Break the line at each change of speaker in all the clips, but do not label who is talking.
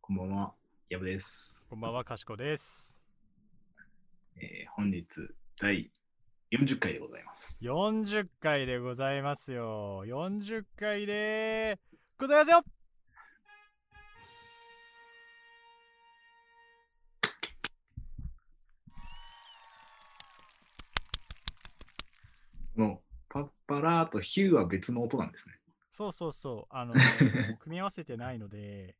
こんばんは、やぶです。
こんばんは、かしこです。
えー本日第40回でございます。
40回でございますよ。40回でございますよ
このパッパラーとヒューは別の音なんですね。
そうそうそ う。あのー、組み合わせてないので、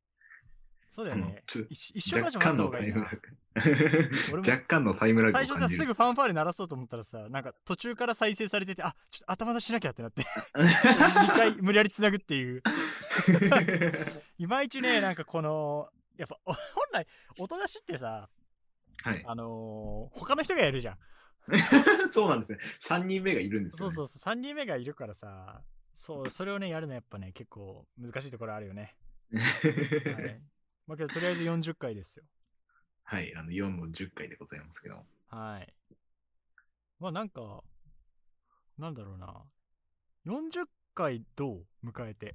そうだよね
あのちょ。
一一緒バージ
若
ョン
干の
あった方が
タ
い
イ
い
ム
な
ラ。 グ。
俺も
若干のタイムラグ
最
を
初さ、
感じ
す
る。
ぐファンファーレ鳴らそうと思ったらさ、なんか途中から再生されてて、あちょっと頭出しなきゃって なって、2回無理やりつなぐっていう。いまいちね、なんかこの、やっぱお本来、音出しってさ、
はい。
あのー他の人がやるじゃん。
そうなんですね。3人目がいるんです
そ
よ、
う
ね。
そうそう、3人目がいるからさ、そう、それをね、やるのはやっぱね、結構難しいところあるよね。はい
はい、
まあけど、とりあえず40回ですよ。
あの、4の10回でございますけど。
はい。まあなんか、なんだろうな。40回どう迎えて。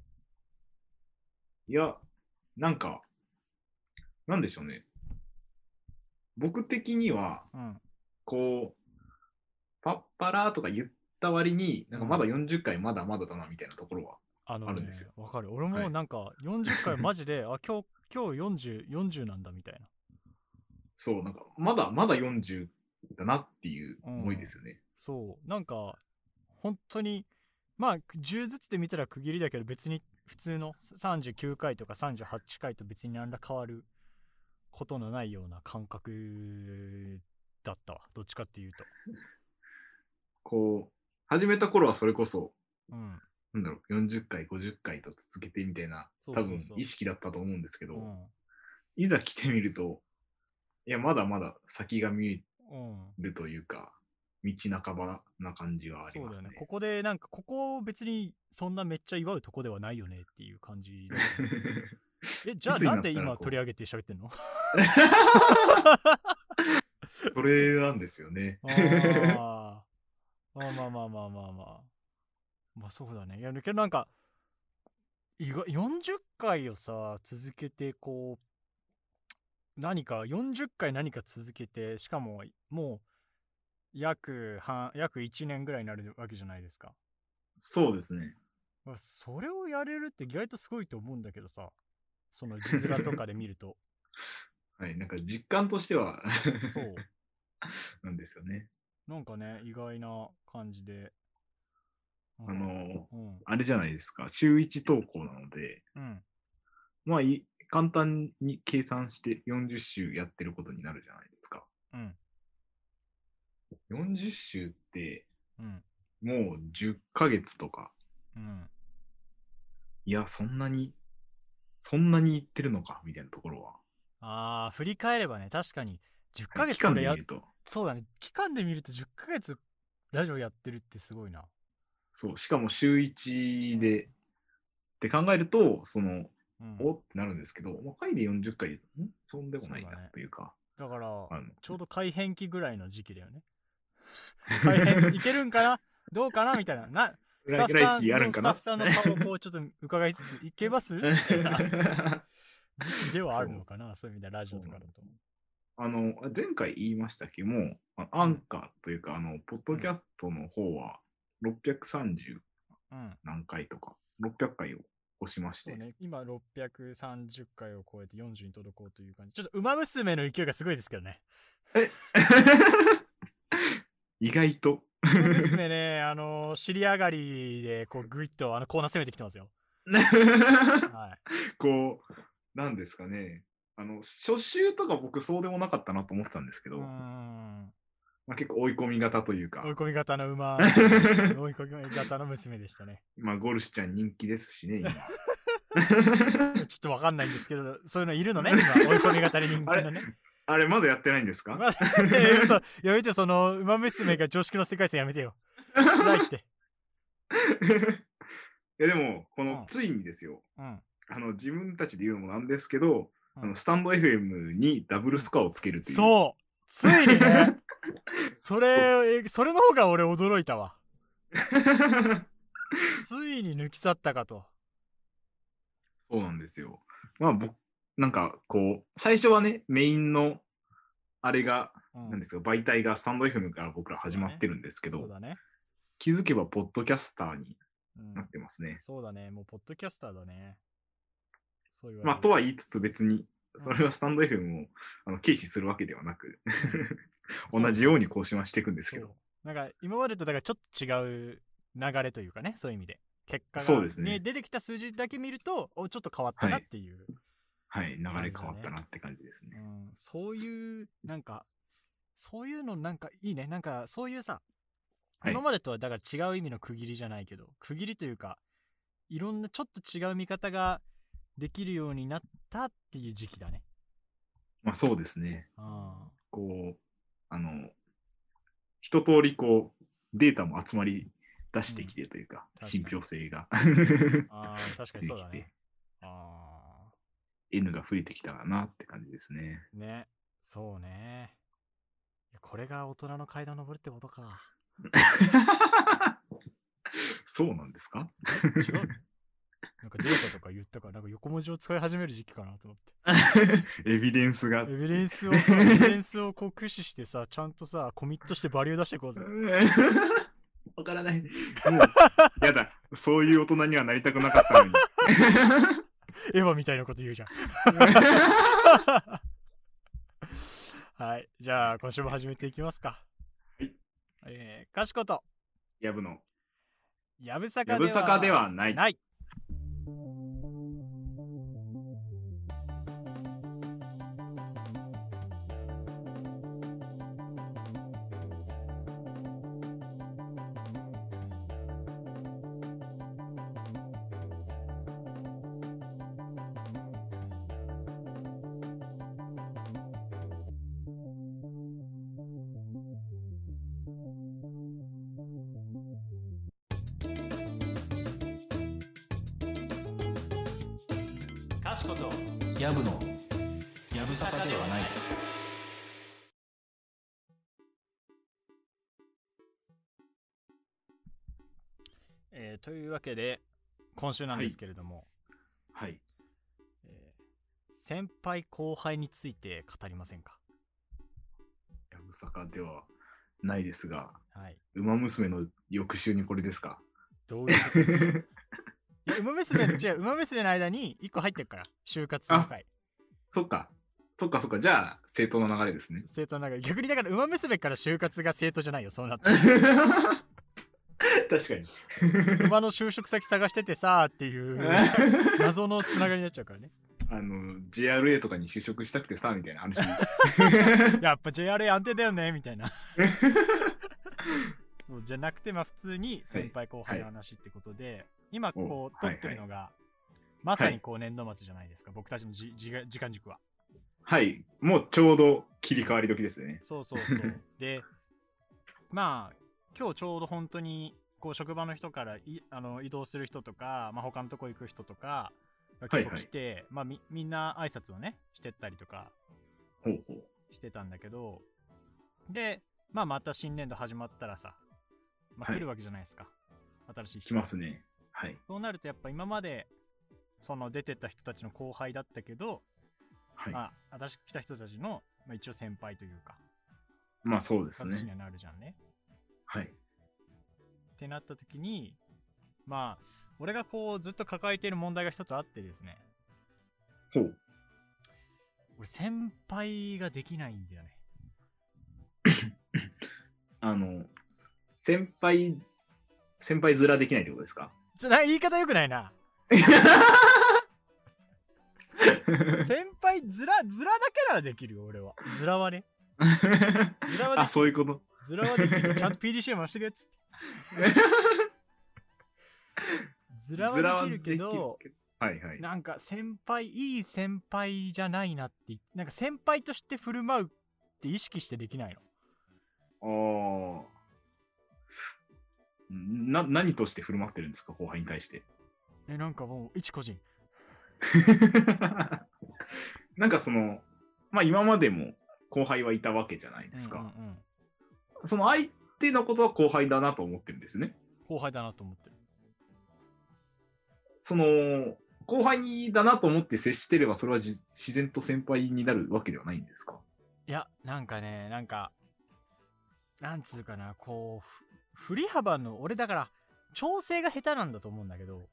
いや、なんか、なんでしょうね。僕的には、
うん。
こう、パッパラーとか言った割に、なんかまだ40回まだまだだなみたいなところは。
あの、ね、
あるんですよ
わかる。俺
は
も
い
なんか、40回マジで、 あ、今日、今日40、40なんだみたいな。
そう、なんかまだまだ40だなっていう思いですよね。
そう、なんか、本当に、まあ、10ずつで見たら区切りだけど、別に普通の39回とか38回と別に何ら変わることのないような感覚だったわ。どっちかっていうと。
こう、始めた頃はそれこそ、
うん。
なんだろう、40回、50回と続けてみたいな、
そ
多
うそうそう
分意識だったと思うんですけど、
うん。
いざ来てみると、いや、まだまだ先が見え
うん。
るというか、道半ばな感じはあり
そう
ま
だ
すね
よね。。ここで、なんか、ここ別にそんなめっちゃ祝うとこではないよねっていう感じだよね。え、じゃあ
いつに
な
なっ
ん
た
で
ら
今
こう
取り上げて喋ってんの
それなんですよね。
あーまあまあまあまあまあまあ。まあそうだね。いや、けどなんか、意外40回をさ、続けて、こう、何か、40回何か続けて、しかも、もう、約半、約1年ぐらいになるわけじゃないですか。
そうですね。
まあそれをやれるって意外とすごいと思うんだけどさ、その字面とかで見る と。
はい、なんか実感としては
そう。
なんですよね。
なんかね、意外な感じで。
あ
なんか
のー
うん。
あれじゃないですか、週1投稿なので、
うん。
まあい、簡単に計算して40週やってることになるじゃないですか。
うん。
40週って、
うん。
もう10ヶ月とか、
うん。
いや、そんなに、そんなにいってるのか、みたいなところは。
ああ、振り返ればね、確かに、10
は
ヶ
い
月
期間
これ
で
や
見
っ
ると。
そうだね、期間で見ると10ヶ月ラジオやってるってすごいな。
そう、しかも週1で、って考えると、その、
うん、
おってなるんですけど、まあ回で40回で、んそんでもない
そうだね
な、というか。
だから、
あの
ちょうど改変期ぐらいの時期だよね。 改変、いけるんかなどうかなみたいな。なスタッフさ
来
ん
期ある
の
んか
スタッ
な
フさんの顔をこうちょっと伺いつ つ、いけますみたいな 時期ではあるのかなそういう意味ではラジオとかだと。
あの、前回言いましたけども、あアンカーというか、あの、ポッドキャストの方は630
うん。
何回とか、600回を押しまし
そう
て、
ね、今630回を超えて40に届こうという感じ。ちょっと、馬娘の勢いがすごいですけどね。
意外と、
この娘ね、あの、尻上がりで、こう、ぐいっと、あの、コーナー攻めてきてますよ。は
こう、なんですかね、あの、初週とか僕そうでもなかったなと思ってたんですけ
い。う
ど、
ーん。
まあ、結構追い込み型というか
追い、込み型の 馬、追い込み型の娘でしたね。
まあ、ゴルシちゃん人気です しね、今。
ちょっとわかんないんですけど、そういうのいる のね、今、追い込み型に人気のね。
あれ、まだやってないんですか、
まあえ嘘やめて、その、馬娘が常識の世界線やめてよ。ないって。
いやでも、この、
うん
ついにですよ、
うん。
あの自分たちで言うのもなんですけど、
うん
あのスタンド FM にダブルスコアをつけるっていう。
そうついにね、それ、えそれの方が俺驚いたわ。ついに抜き去ったかと。
そうなんですよ。まあ僕なんかこう、最初はね、メインのあれが、
うん
なんですか、媒体がスタンド FM から僕ら始まってるんですけ
そ
ど、
うだね。
気づけばポッドキャスターに
うん
なってますね。
そうだね。もう、ポッドキャスターだね。そう言われる
まあ、とは言いつつ別に、それはスタンド FM をあの軽視するわけではなく、 同じように更新はしていくんですけど、
そうなんか今までとだからちょっと違う流れというかねそういう意味で結果が
そうですね
出てきた数字だけ見るとおちょっと変わったなっていう、
はい、流
そう
れ
ですね
変わったなって感じです
う
ね。
ん、そういうなんかそういうのなんかいいねなんかそういうさ、
はい
今までとはだから違う意味の区切りじゃないけど区切りというかいろんなちょっと違う見方ができるようになったっていう時期だね。
まあ、そうですね。
うん
こう、あの、一通りこう、データも集まり出してきてというか、
うん
信憑性が
あー確かに
出て
そう
き
だ
て
ね。、あ
N が増えてきたかなって感じですね。
ーね、そうね。いやこれが大人の階段登るってことか。
そうなんですか
違うのなんかデータとか言ったから、なんか横文字を使い始める時期かなと思っ
エビデンスが。
て。エビデンスをさ、エビデンスをこう駆使してさ、ちゃんとさ、コミットしてバリュー出していこうぜ。
わからない。もう、やだ。そういう大人にはなりたくなかったのに。
エヴァみたいなこと言うじゃん。はい。じゃあ、今週も始めていきますか。
はい。
えー、かしこと、
やぶの。
やぶさか
やぶさかではない。
ない。かしこと、
やぶのやぶさかではない
えー、というわけで、今週なんですけれども、
はい。
えー先輩後輩について語りませんか
やぶさかではないですが、
はい。
ウマ娘の翌週にこれです か。
どういう ことですかいやウマ娘の違う、ウマ娘の間に1個入ってるから、就活の回。。
そっか。そっかそっか。じゃあ、正当な流れですね
生徒の中で逆にだから、ウマ娘から就活が生徒じゃないよ、そうなっ て。
確か に。
馬の就職先探しててさーっ ていう謎のつながりになっちゃうからね。
あの、JRA とかに就職したくてさ、みたいな 話。
やっぱ JRA 安定だよね、みたいな。そうじゃなくて、まあ普通に先輩後輩の話ってことで、今こう
おは
撮
い
ってるのが、まさにこう年度末じゃないですか、僕たちのじじ時間軸は。
はい。もうちょうど切り替わり時ですね。
そうそう そう。で、まあ、今日ちょうど本当に、こう、職場の人からいあの移動する人とか、まあ、他のとこ行く人とか、が
はい
結構来て、まあみ、みんな挨拶をね、してったりとか
ほうほう。
してたんだけど、で、まあ、また新年度始まったらさ、まあ、
はい
来るわけじゃないですか。新しい人。
来ますね。はい。
そうなると、やっぱ今まで、その出てった人たちの後輩だったけど、
はい。
まあ、新しく来た人たちの、まあ、一応先輩というか、
まあそうです
形に
ね。
はなるじゃんね。
はい。
ってなった時にまあ俺がこうずっと抱えている問題が一つあってですね
ほう。
俺先輩ができないんだよね
あの、先輩、先輩面できないってことです か
ちょな言い方よくない な先輩ずらずらだけならできるよ俺はずらはねずらはで
あ、
きる
そういうこと。
ずらはでき るよちゃんと PDC もしてくれっ つってずらはできるけ
ずらは
ど
できるけどはいはい。
なんか先輩いい先輩じゃないなってなんか先輩として振る舞うって意識してできないの
ああ。な、何として振る舞ってるんですか、後輩に対して。
えなんかもう一個人
なんかその、まあ今までも後輩はいたわけじゃないですか。
うんうんうん
その相手のことは後輩だなと思ってるんですね。
後輩だなと思ってる
その、後輩だなと思って接してれば、それはじ自然と先輩になるわけではないんですか
いや、なんかね、なんか、なんつうかな、こう、ふ振り幅の、俺だから、調整が下手なんだと思うんだけど、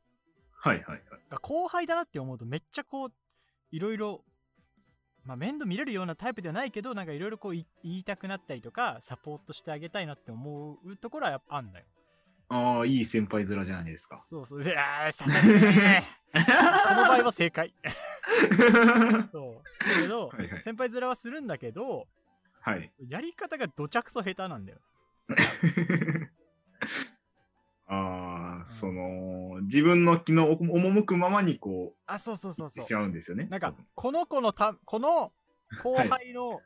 はいはいはい。
後輩だなって思うとめっちゃこう、いろいろ、まあ面倒見れるようなタイプではないけど、なんかいろいろこうい言いたくなったりとか、サポートしてあげたいなって思うところはやっぱあんだよ。
ああ、いい先輩面じゃないです か。
そうそう。いやー、刺さってないね。 この場合は正解。そう。だけど、
はいはい
先輩面はするんだけど、
はい。
やり方がどちゃくそ下手なんだよ。
ああ、その、自分の気の赴くままにこ
あ、そうそうそう
う、
そう
し。ちゃうんですよね。
なんか、この子のた、この後
はい
輩の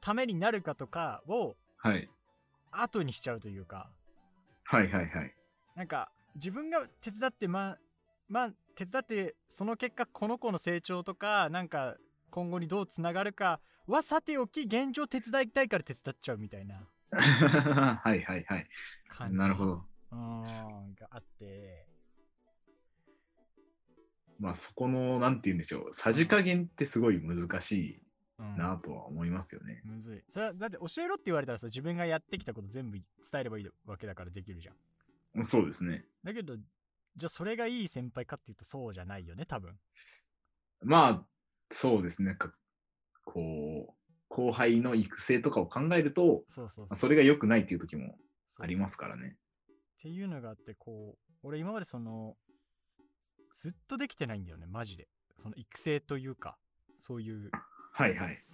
ためになるかとかを
はい。
後にしちゃうというか、
はいはい はい。
なんか、自分が手伝って、まあ、まあ、手伝って、その結果、この子の成長とか、なんか、今後にどうつながるかはさておき、現状手伝いたいから手伝っちゃうみたいな
はいはいはい。
感じ。
なるほ。ど。
うーん、があって、
まあそこの、なんて言うんでしょう、さじ加減ってすごい難し
う
い
ん、
なとは思いますよね。
むずい。それは、だって教えろって言われたらさ、自分がやってきたこと全部伝えればいいわけだからできるじゃん。
そうですね。
だけど、じゃあそれがいい先輩かっていうとそうじゃないよね、多分。
まあ、そうですね。なんか、こう、後輩の育成とかを考えると、
そうそう
まあ
そ
そ
う。
れが良くないっていう時もありますから
ね。
ね。
っていうのがあって、こう、俺今までその、ずっとできてないんだよね、マジで。その育成というか、そういう、
はいはい。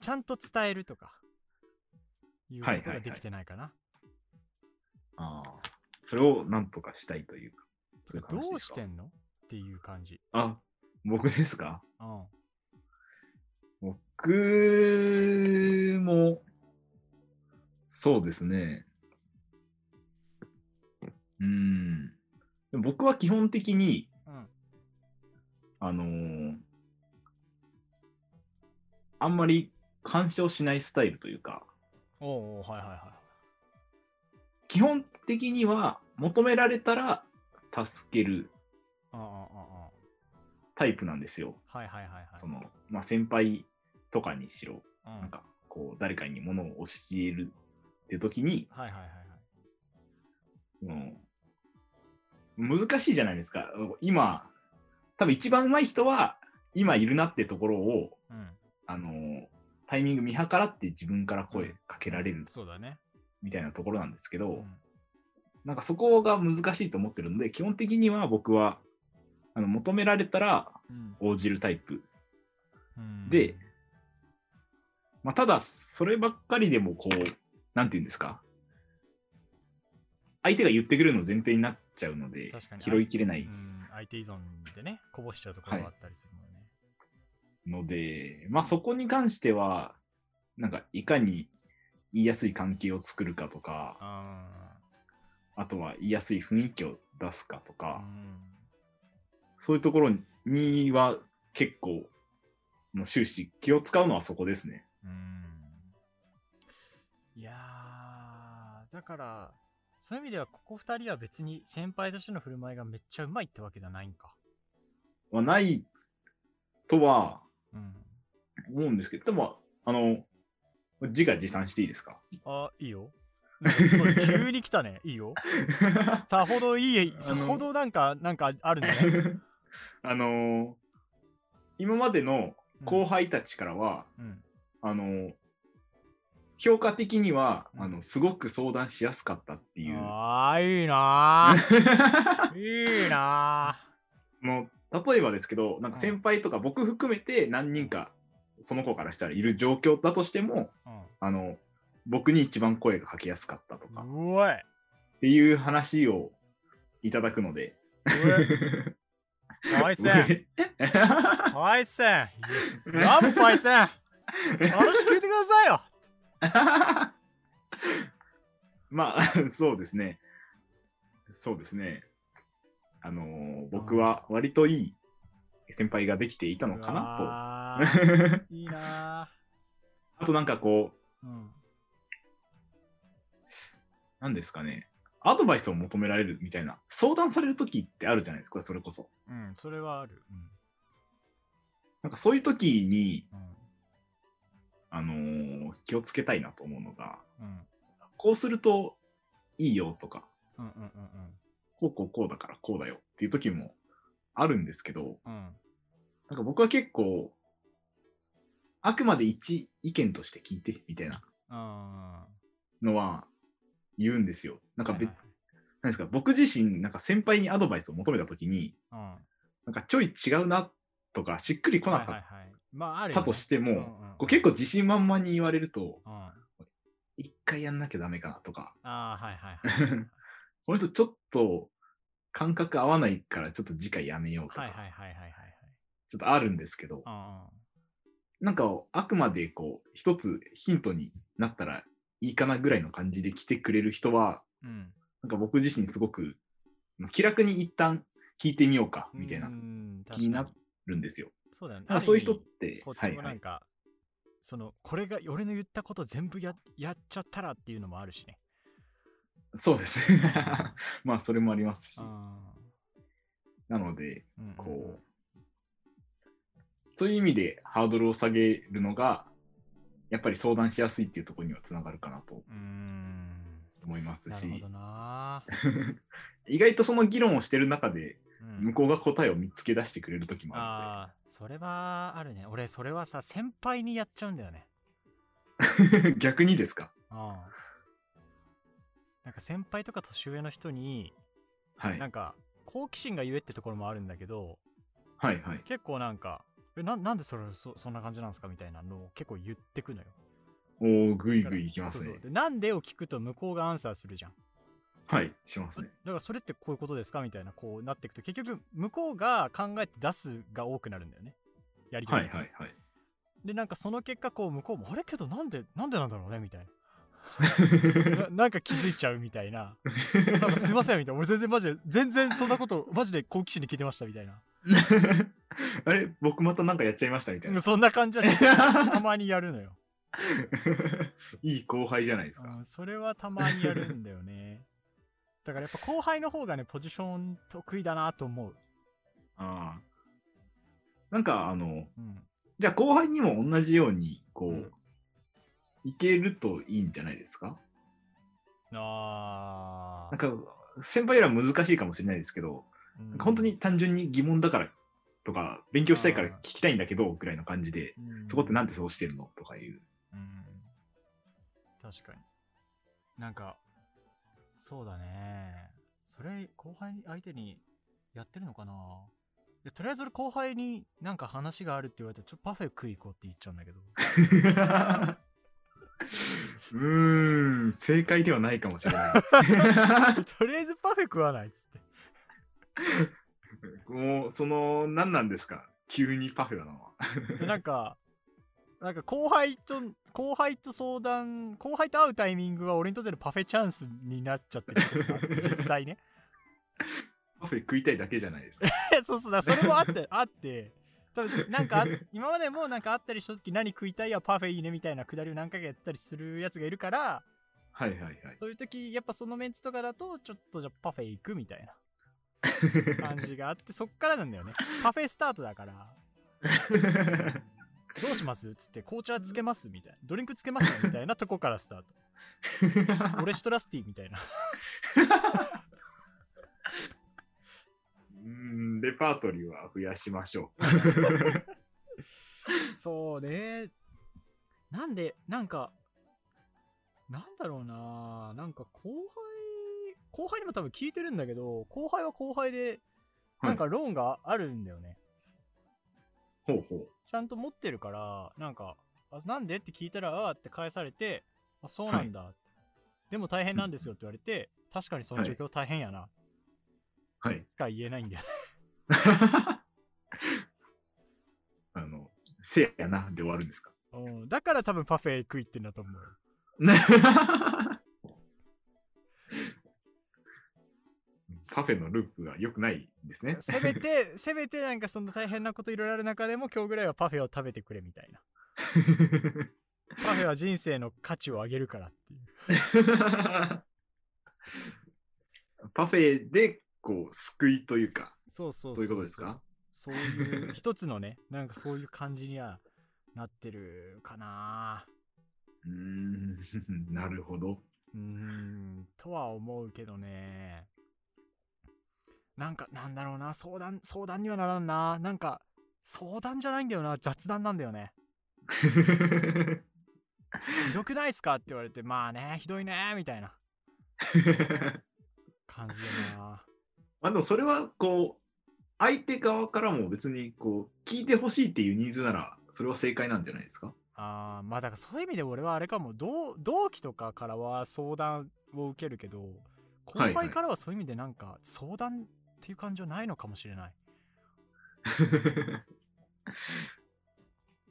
ちゃんと伝えるとか、いうこ
はい
と
はいは
が
い
できてないかな。
ああ。それをなんとかしたいというか。そういう感じ
ど
で
う
す
し
か
てんのっていう感じ。
あ、僕ですか
うん。うん
僕も、そうですね。うん。でも僕は基本的に、。あのーあんまり干渉しないスタイルというか、
おうおうはいはいは
基本的には求められたら助ける
い。うんうんうんうん。
タイプなんですよ。
はいはいはいはい。
その、まあ、先輩とかにしろ、
うん、
なんか、こう、誰かに物を教えるって時に、
はいはいはいはい。
うん難しいじゃないですか。今、多分一番上手い人は、今いるなってところを、
うん。
あのータイミング見計らって自分から声かけられる
そうだね。
みたいなところなんですけど、
うん
なんかそこが難しいと思ってるので、基本的には僕は、あの求められたら
うん
応じるタイプ。
うん
でまあ、ただ、そればっかりでも、こう、なんていうんですか、相手が言ってくれるの前提になっちゃうので
確か、に
拾いきれな
う
い
ん、相手依存でね、こぼしちゃうところがあったりするもんね。
ので、まあ、そこに関しては、なんか、いかに言いやすい関係を作るかとか、
あ
あとは言いやすい雰囲気を出すかと
あ
か、
うん
そういうところには結構、もう終始気を使うのはそこですね。
うんいやー、だから、そういう意味では、ここ2人は別に先輩としての振る舞いがめっちゃうまいってわけじゃないんか。
はないとは
うん。
思うんですけど、でも、あの、自画自賛していいですか
あ、いいよ。なんかすごい急に来たね。いい よ。さほどいい、
の
さほどなんか、なんかあるんだ ね。
あのー今までの後輩たちからは、
うん。
あのー評価的には、
うん
あのすごく相談しやすかったっていう
ああ、いい な ー。いいな
もう例えばですけどなんか先輩とか僕含めて何人かその子からしたらいる状況だとしても
ー。
あの僕に一番声がかけやすかったと
う
かっ
ん。うおい。
ていう話をいただくので。
う えパイセン パイセンラブパイセン話聞いてくださいよ
まあ、そうですね。そうですね。あのー僕は割といい先輩ができていたのかな
な
と。
と。いいな
あとなんかこう、
ぁ。うん。
なんですかね。アドバイスを求められるみたいな、相談される時ってあるじゃないですか、それこそ。
うん、それはある。
なんかそういう時に、
うん。
あのー気をつけたいなと思うのが、
うん。うん。
こうするといいよとか、
うんうんうん
こうこうこうだからこうだよっていう時もあるんですけど、
うん。うん。
なんか僕は結構、あくまで一意見として聞いてみたいな
あ
のは言うんですよ。な
あ。
んかべ、
はい
なんですか、僕自身、なんか先輩にアドバイスを求めた時に、
はいう
な
ん。
んかちょい違うなとか、しっくりこな
はい
か
はいはい。まあ、あ
っ
る
たとしても、こう結
結
構自信満々に言われると、
構。うん。あ
一回やんなきゃダメかなとか、
あ、はいはいはい。
この人ちょっと感覚合わないからちょっと次回やめようとか、
はいはいはいはいはいはい。
ちょっとあるんですけど、
うんうん。
なんかあくまでこう一つヒントになったらいいかなぐらいの感じで来てくれる人は、
うん。
なんか僕自身すごくまあ気楽に一旦聞いてみようかみたいな、
うん
気にな
確か
るんですよ。
そうだよね。
なんかそういう人っ
ある意
て
味、こっ
はい
ちも
は
ないんか、その、これが俺の言ったこと全部ややっちゃったらっていうのもあるしね。
そうです。 まあそれもありますし、
あ
なので、
ーうんうん
こう、そういう意味でハードルを下げるのが、やっぱり相談しやすいっていうところにはつながるかなと
うーん。
思います
なるほ
し
ど、な。
意外とその議論をしてる中で、
うん
向こうが答えを見つけ出してくれる時もあ
ああ、それはあるね。俺、それはさ、先輩にやっちゃうんだよね。
るので、 逆にですか
うん。なんか先輩とか年上の人に、
はい。
なんか、好奇心がゆえってところもあるんだけど、
はいはい。
結構なんか、えななんでそれそそんな感じなんですかみたいなのを結構言ってくのよ。
おお、ぐいぐいいきます
そう
ね
そう。でなんでを聞くと向こうがアンサーするじゃん。
はい、します
だ
ね。
からそれってこういうことですかみたいなこうなっていくと結局向こうが考えて出すが多くなるんだよね。やりと
は
り
い
が
はいはい。
でなんかその結果こう向こうもあれけどなんでなんでなんだろうね みたいなな。なんか気づいちゃうみたい な。なんかすいませんみたいな。俺全然マジで全然そんなことマジで好奇心で聞いてましたみたいな。
あれ僕またなんかやっちゃいましたみたい
うん
な。
そんな感じはね たまにやるのよ。
いい後輩じゃないです
う
か。
ん、それはたまにやるんだよね。だからやっぱ後輩の方がね、ポジション得意だなと思う。
ああなんか、あの、
うん。
じゃあ後輩にも同じように、こう、
うん
いけるといいんじゃないですか
あ
なんか、先輩よりは難しいかもしれないですけど、なんか本当に単純に疑問だからとか、勉強したいから聞きたいんだけど、ぐらいの感じで、そこってなんでそうしてるのとかいう。
うん確かに。なんか、そうだね。それ、後輩に相手にやってるのかないやとりあえず俺後輩になんか話があるって言われたら、ちょっとパフェ食い行こうって言っちゃうんだけど。
うーん、正解ではないかもしれない。
とりあえずパフェ食わないっつって。
もう、その、何なんですか急にパフェだなのは。
で なんか、なんか後輩と、後輩と相談、後輩と会うタイミングは俺にとってのパフェチャンスになっちゃってることがある実際ね。
パフェ食いたいだけじゃないですか。
そうそうだ、それもあって、 あって、多分なんかあ、今までもなんかあったりした時何食いたいやパフェいいねみたいなくだりを何回かやったりするやつがいるから、
はいはいはい。
そういう時、やっぱそのメンツとかだと、ちょっとじゃあパフェ行くみたいな 感じがあって、そっからなんだよね。パフェスタートだから。どうしますつって、紅茶つけますみたいな。ドリンクつけますみたいなとこからスタート。俺シトラスティみたいな。
うーん、レパートリーは増やしましょ
そうね。なんで、なんか、なんだろうな。なんか後輩、後輩にも多分聞いてるんだけど、後輩は後輩で、
はい
なんかローンがあるんだよね。
う。ほうほう。
ちゃんと持ってるから、なんか、あなんでって聞いたら、ああって返されて、あそうなんだ、でも大変なんですよって言われて、確かにその状況大変やな、
はい。
しか言えないんだよ。
あの、せやなで終わるんですか
うんだから多分パフェ食いってんだと思うよ。
パフェのループが良くないんですね。
せめて、せめてなんかそんな大変なこといろいろある中でも今日ぐらいはパフェを食べてくれみたいな。パフェは人生の価値を上げるからっていう。
パフェで、こう、救いというか、
そうそう
そういうことですか
そういう一つの ねなんかそういう感じにはなってるかな
うーん、 なるほど。
うーんとは思うけどねなんかなんだろうな相談相談にはならんななんか相談じゃないんだよな雑談なんだよねひどくないっすかって言われてまあねひどいねみたいな感じだな
まあでもそれはこう相手側からも別にこう聞いてほしいっていうニーズならそれは正解なんじゃないですか
あーまあだからそういう意味で俺はあれかも同同期とかからは相談を受けるけど後
はいはい
輩からはそういう意味でなんか相談っていう感じはないのかもしれない、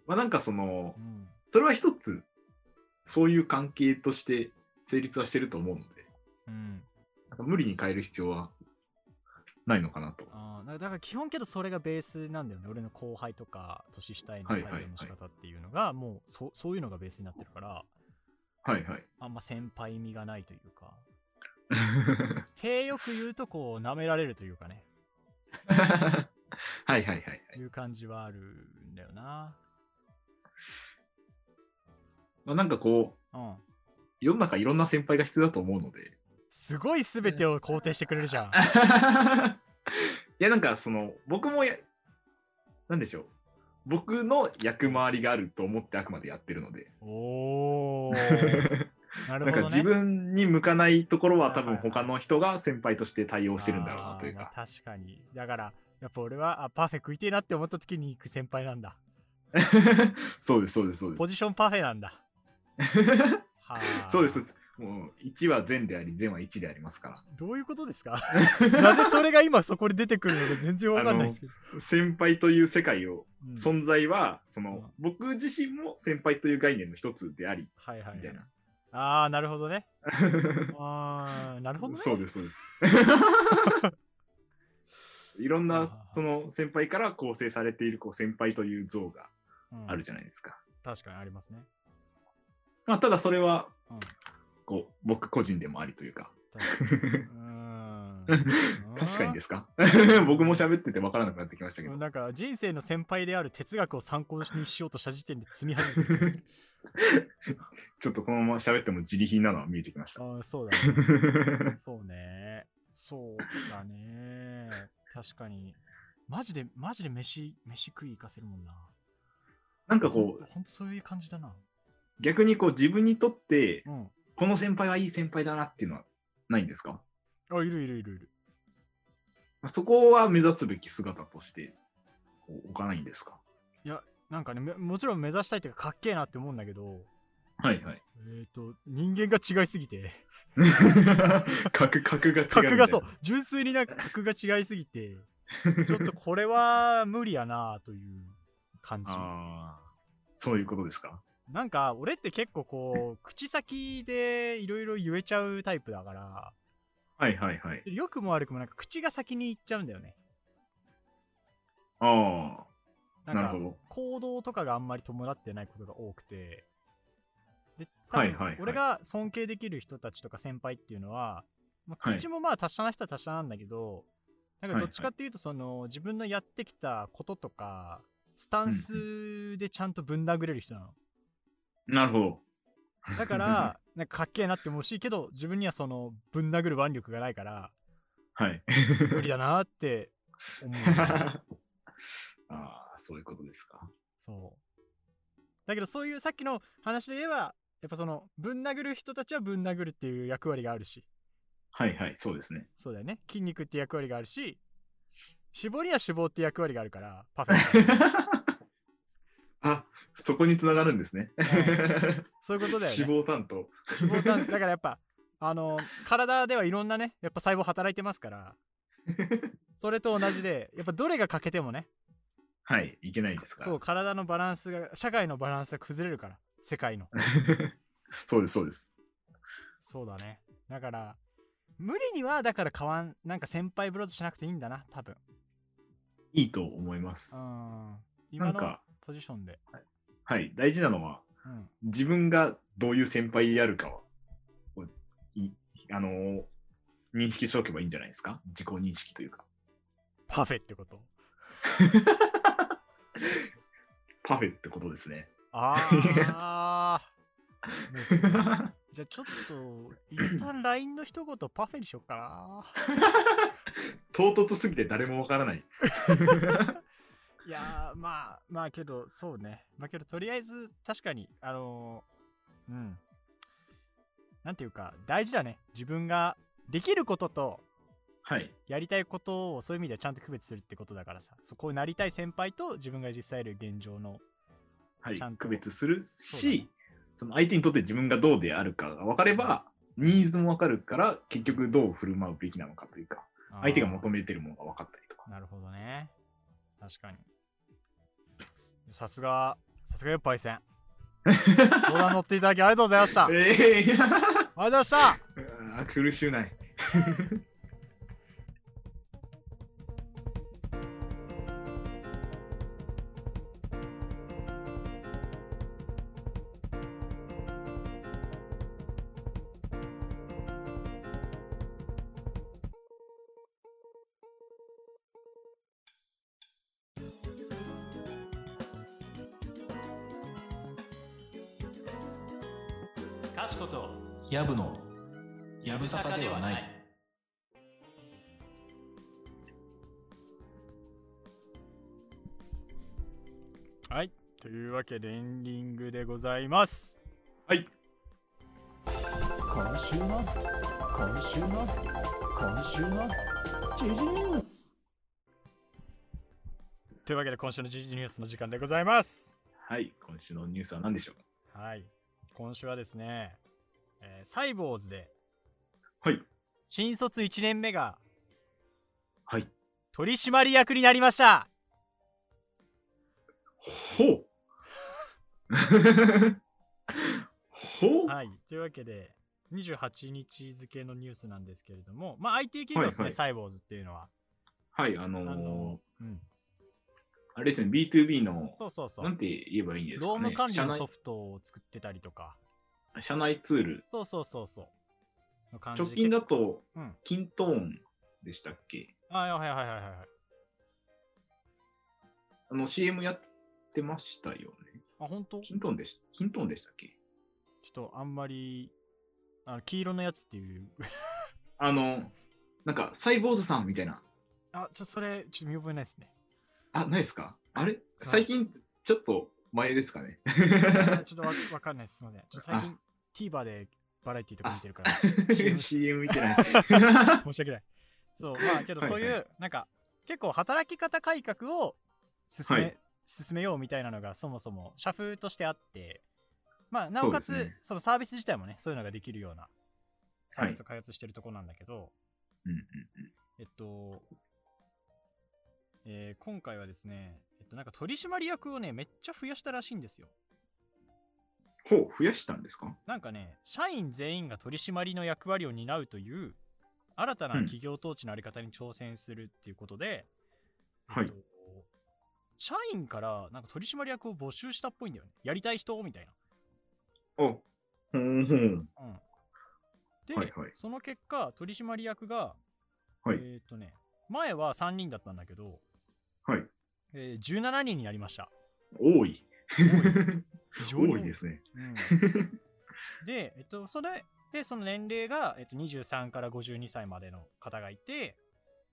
まあなんかその
うん、
それは一つそういう関係として成立はしてると思うので
うん、
なんか無理に変える必要はないのかなと。
あーだだから基本けどそれがベースなんだよね俺の後輩とか年下への
はい
対
はいはい
応の仕方っていうのがもうそそういうのがベースになってるから
はいはい。
あんま先輩味がないというか手よく言うとこう舐められるというかね
はいはいはいはい。
いう感じはあるんだよな
まあなんかこう
うん
世の中いろんな先輩が必要だと思うので。
すごい全てを肯定してくれるじゃん
いや、なんかその、僕もや、なんでしょう。僕の役回りがあると思ってあくまでやってるので、
お ーなる
なん
ほ
か
どね。
自分に向かないところは多分
はいはいはい
他の人が先輩として対応してるんだろうなという
あー
か。
まあ確かに。だから、やっぱ俺はあパフェ食いてえなって思った時に行く先輩なんだ。
そうです、そうです、そう
ポ
で
ジションパフェなんだ。
す。
はあ
そうです。もう1は善であり、善は1でありますか
どういうことで すか
ら。
なぜそれが今そこで出てくるのか全然わかんないですけど。
先輩という世界を、
うん
存在は、そうの
ん、
僕自身も先輩という概念の一つであり、
はいはい
みたい
はい。
な。
ああ、なるほどね。あーなるほどね。
そうです、そう です。いろん
あ
な
ー
その先輩から構成されているこう先輩という像が
うん
あるじゃないですか。
確かにあ りますね。
まあ、ただそれは
うん
こう僕個人でもありというか。
確かにうーん
確かにですか 僕も喋ってて分からなくなってきましたけど。
なんか人生の先輩である哲学を参考にしようとした時点で積み始めてる 気がする
ちょっとこのまま喋っても自利品なのは見えてきま した。
ああ、そうだ、ね。 そうね。そうだね。確かに。マジで、マジで飯、飯食い行かせるもんな。
なんか
ほ
こ
ん
う
ほんとそういう感じだな。
逆にこう自分にとって
うん。
この先輩はいい先輩だなっていうのはないんですか
あ、いるいるいるいる。
そこは目指すべき姿としてこう置かないんですか
なんかね、めもちろん目指したいっていうか、かっけえなって思うんだけど、
はいはい。
えっ、と、人間が違いすぎて、
格格が違うみたいな
格がそう、純粋になんか格が違いすぎて、ちょっとこれは無理やなという感じ。
ああ、そういうことですか。
なんか俺って結構こう口先でいろいろ言えちゃうタイプだから
はいはいはい。
良くも悪くもなんか口が先に行っちゃうんだよね
ああ、
なん
なる
か
ほど。
行動とかがあんまり伴ってないことが多くてで多
はい
分
はいはい
俺が尊敬できる人たちとか先輩っていうのは、まあ
はい
口もまあ達者な人は達者なんだけどなんか
はい
どっちかっていうとその自分のやってきたこととかスタンスでちゃんとぶん殴れる人なの
なるほど。
だから、なんかかっけえなって思うし、けど自分にはそのぶん殴る腕力がない から、
はい。
無理だなって思う。
ああ、そういうことですか。
そう。だけどそういうさっきの話で言えば、やっぱそのぶん殴る人たちはぶん殴るっていう役割があるし、
はいはい、そうです ね。
そうだよね。筋肉って役割があるし、絞りは脂肪って役割があるから、パフ ェは。
あ、そこにつながるんですね。
そういうことだよね。
脂肪担当。
脂肪だだからやっぱあの体ではいろんなねやっぱ細胞働いてますからそれと同じでやっぱどれが欠けてもね
はい、いけないですから。
そう体のバランスが社会のバランスが崩れるから世界の
そうです、そうです。
そうだねだから無理にはだから変わんなんか先輩ブロードしなくていいんだな多分
いいと思います
う。ん
な
今
ん
の
か、
ポジションで、
はい、大事なのは、
うん、
自分がどういう先輩であるかは、こういあのー認識しておけばいいんじゃないですか自己認識というか。
パフェってこと
パフェってことですね。
ああ じゃあちょっと一旦 LINE の一言パフェにしよっかな
唐突すぎて誰もわからない。
いやーまあまあけどそうねまあけどとりあえず確かにあのーうんなんていうか大事だね自分ができることと
はい。
やりたいことをそういう意味ではちゃんと区別するってことだからさそこをなりたい先輩と自分が実際いる現状の
はい
ちゃん、と
区別する
そうだ
し、その相手にとって自分がどうであるかが分かれば、ニーズも分かるから、結局どう振る舞うべきなのかというか、相手が求めてるものが分かったりとか。
なるほどね。確かに。さすが、さすがよ、パ イセン。相談乗っていただきありがとうございました。ありが
ええいや
とうございました
あー 苦しゅうない。
かしことやぶのやぶさかではない
はい。というわけでエンディングでございます。
はい。
今週の今週の今週のジジニュース
というわけで今週の時事ニュースの時間でございます。
はい、今週のニュースは何でしょう
はい。今週はですね、えーサイボーズで
はい。
新卒1年目が
はい。
取締役になりました
ほ うほう
はい。というわけで、28日付のニュースなんですけれども、まあ IT 企業ですね、
はいはい
サイボーズっていうのは。
はい、あのー
あのうん、
あれですね、B2B の、
そうそうそ
なん
う。
て言えばいいんですか
ローム
ね。
管理
社
の
内
ソフトを作ってたりとか。
社内ツール
そうそうそうそう。の感じ
直近だと
うん、
キントーンでしたっけ、
あはいはいはいはいはい。あ、
あの ?CM やってましたよね。
本当ち
キ
ょ
ントーンでしキントーンでしたっけ
っとあんまり、あの黄色のやつっていう。
あの、なんか、サイボーズさんみたいな。
あ、ちょ、それ、ちょっと見覚えないですね。
あ、ないですかあれ
そう
最近、ちょっと前ですか ね。
あちょっとわわかんないです。すみません。ちょっと最近 TVer でバラエティとか見てるから。CM
CM 見て ない。
申し訳ない。そう、まあけど
はい
そ
は
う
い
いう、なんか結構働き方改革を進め,、
はい
進めようみたいなのがそもそも社風としてあって、まあなおかつそ,、
そうですね
のサービス自体もね、そういうのができるようなサービス
は
を開発してるところなんだけど、
うんうん
えっと、えー今回はですね、えっと、なんか取締役をね、めっちゃ増やしたらしいんですよ。
ほう、増やしたんですか
なんかね、社員全員が取締りの役割を担うという、新たな企業統治のあり方に挑戦するっていうことで、
はい
えっと社員からなんか取締役を募集したっぽいんだよね。やりたい人みたい
あ、ほんほん。
な。うん、で、
はいはい
その結果、取締役が、
はい
えーっとね、前は3人だったんだけど、
はい
えー17人になり ました。
多い。
非常に
多いですね。
うん で、えっと、それで、その年齢が、えっと、23から52歳までの方がいて、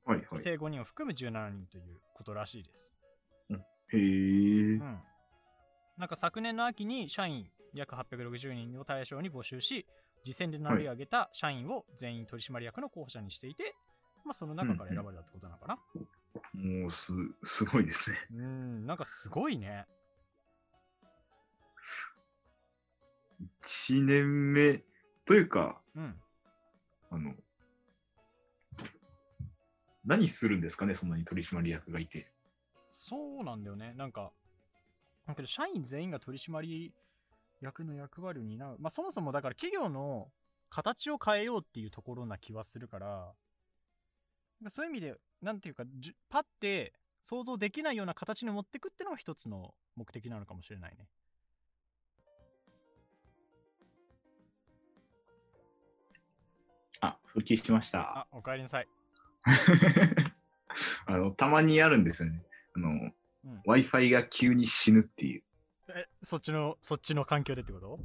はいはい。へ
生後5人を含む17人ということらしいです。
え
う。ん。なんか昨年の秋に社員約860人を対象に募集し、次戦で名乗り上げた社員を全員取締役の候補者にしていて、まあその中から選ばれたってことなのかな。
もうす、すごいですね。
うん、なんかすごいね。
1年目というか、
うん。
あの、何するんですかね、そんなに取締役がいて。
そうなんだよね。なんか、だけど社員全員が取締役の役割を担う。まあそもそもだから企業の形を変えようっていうところな気はするから、なんかそういう意味で、なんていうか、じゅパッて想像できないような形に持ってくってのが一つの目的なのかもしれないね。
あ、復帰しました。
あ、おかえりなさい。
あの、たまにあるんですよね。あの、
うん、
Wi-Fi が急に死ぬっていう。い
え、そっちの、そっちの環境でってこと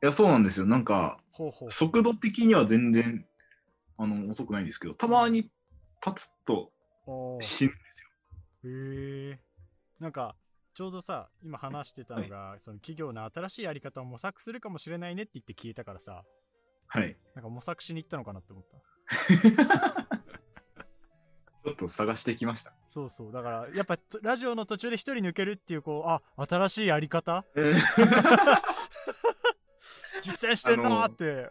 や、そうなんですよ。なんか、
ほうほう。
速度的には全然、あの、遅くないんですけど、たまにパツッと
おー
死ぬ。
へえ。なんか、ちょうどさ、今話してたのが、その企業の新しいやり方を模索するかもしれないねって言って消えたからさ、
はい。
なんか模索しに行ったのかなって思った。
ちょっと探してきました。
そうそう。だから、やっぱとラジオの途中で一人抜けるっていう、こう、あ、新しいやり方実践してんなーって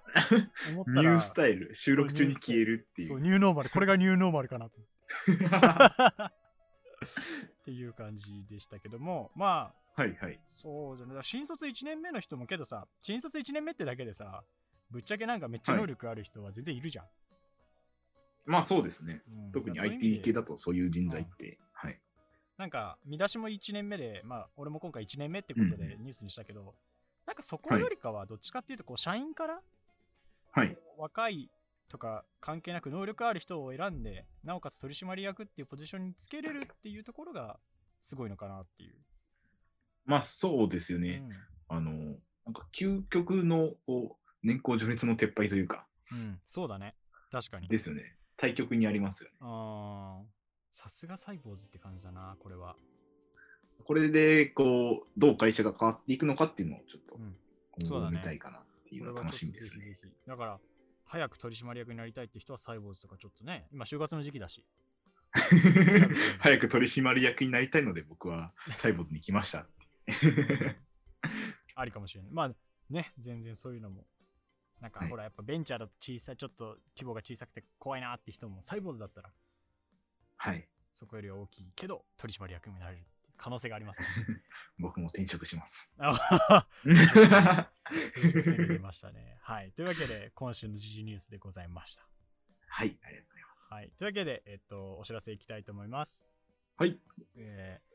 思った
ニ
ら、
ュースタイル、収録中に消えるってい。
そうう、ニューノーマル。これがニューノーマルかな と。っていう感じでしたけども、まあ、
はいはい。
そうじゃね。だから新卒1年目の人もけどさ、新卒1年目ってだけでさ、ぶっちゃけなんかめっちゃ能力ある人は全然いるじゃん。
まあそうですね。
うん
特に
だからそういう意
IT
味で
系だとそういう人材って。はい。
なんか、見出しも1年目で、まあ、俺も今回1年目ってことで
う
ニュースにしたけど、なんかそこよりかは、どっちかっていうと、こう、社員から、
はい。
若いとか関係なく能力ある人を選んで、なおかつ取締役っていうポジションにつけれるっていうところが、すごいのかなっていう。
まあそうですよ
う
ね。
ん
あの、なんか究極のこう年功序列の撤廃というか、
うん、そうだね。確かに。
ですよね。対極にありますよね。
あーさすがサイボーズって感じだな、これは。
これで、こう、どう会社が変わっていくのかっていうのをちょっと
うん
今
そうだ
後
ね
見たいかなっていうのが楽しみですね。
これはちょっとぜひぜひだから、早く取締役になりたいって人はサイボーズとかちょっとね、今就活の時期だし。 はちょっと
早く取締役になりたいので僕はサイボーズに来ました。
ありかもしれない。まあね、全然そういうのも。なんか、
はい
ほら、やっぱベンチャーだと小さい、ちょっと規模が小さくて怖いなって人も、サイボーズだったら、
はい。
そこよりは大きいけど、取締役になれるっていう可能性があ ります、ね。
僕も転職します。
あ
は
出ましたね。はい。というわけで、今週の時事ニュースでございました。
い、ありがとうございます。
はい。というわけで、えっと、お知らせいきたいと思います。
はい。
えー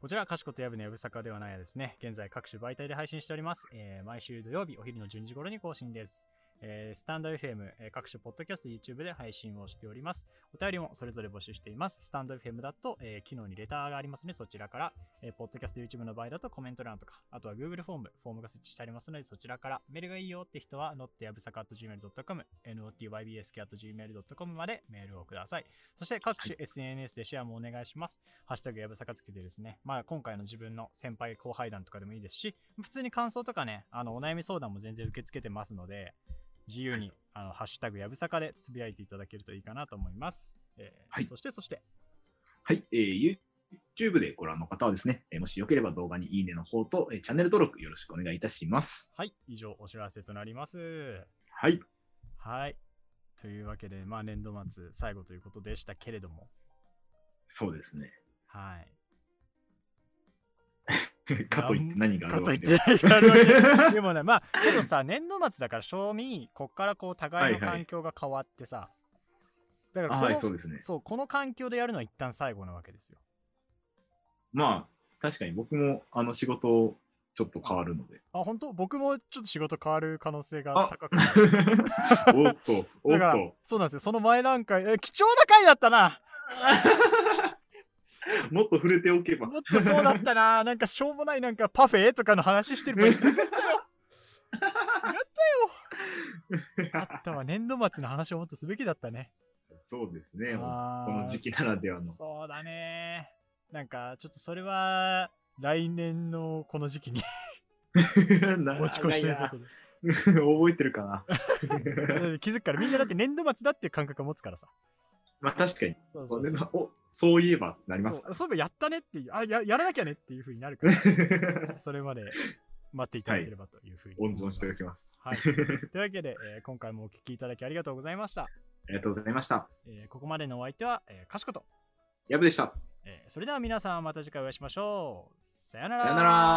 こちら、かしことやぶのやぶさかではないやですね。現在、各種媒体で配信しております。えー毎週土曜日、お昼の12時頃に更新です。えースタンド FM、えー各種ポッドキャスト、YouTube で配信をしております。お便りもそれぞれ募集しています。スタンド FM だと、えー機能にレターがありますね。そちらから、えーポッドキャスト、YouTube の場合だとコメント欄とか、あとは Google フォーム、フォームが設置してありますので、そちらから、メールがいいよって人は、notyabsaka.gmail.com、notybsk.gmail.com までメールをください。そして各種 SNS でシェアもお願いします。ハッシュタグやぶさかつけてですね、まあ今回の自分の先輩後輩談とかでもいいですし、普通に感想とかね、あのお悩み相談も全然受け付けてますので、自由にあのハッシュタグやぶさかでつぶやいていただけるといいかなと思います。えー
はい
そしてそして、
はい、えー YouTube でご覧の方はですね、えーもしよければ動画にいいねの方と、えーチャンネル登録よろしくお願いいたします。
はい、以上お知らせとなります。
はい、
はい。というわけで、まあ年度末最後ということでしたけれども、
そうですね。
はい。
かといって何があ
か
る
と
わ
い
け
っ
で
て
は、
やるわけ ではでもね、まあ、けどさ、年度末だから、正味、こっからこう、互い
はい
の
はい
環境が変わってさ、だから
あ
こ
はい、
の、
そうですね。
そう、この環境でやるのは一旦最後なわけですよ。
まあ、確かに僕もあの仕事ちょっと変わるの で。
あ、本当僕もちょっと仕事変わる可能性が
あ
高くなる。
おっと、お
だ
っ
から
と、、
そうなんですよ。その前段階、え、貴重な回だったな
もっと触れておけば。
もっとそうだったな。なんかしょうもないなんかパフェとかの話してる場合。やったよ。 あったわ。年度末の話をもっとすべきだったね。
そうですね、もう
あ
こ
ー
の時期ならではの。
そうだね。なんかちょっとそれは来年のこの時期に 持ち越しということで。
長いな 覚えてるかな。
うん気づくからみんなだって年度末だっていう感覚を持つからさ。
まあ確かに。
そ
そ
うそううそうそう。
おそういえばなります
そうそういえばやったねっていう、あややらなきゃねっていうふうになるから、それまで待っていただければというふうに思
温
います、
存しておきます。
はい。というわけで、えー今回もお聞きいただきありがとうございました。
ありがとうございました。
えーここまでのお相手は、えー、かしこと、
やぶでした。
えーそれでは皆さんまた次回お会いしましょう。さよなら。
さよなら。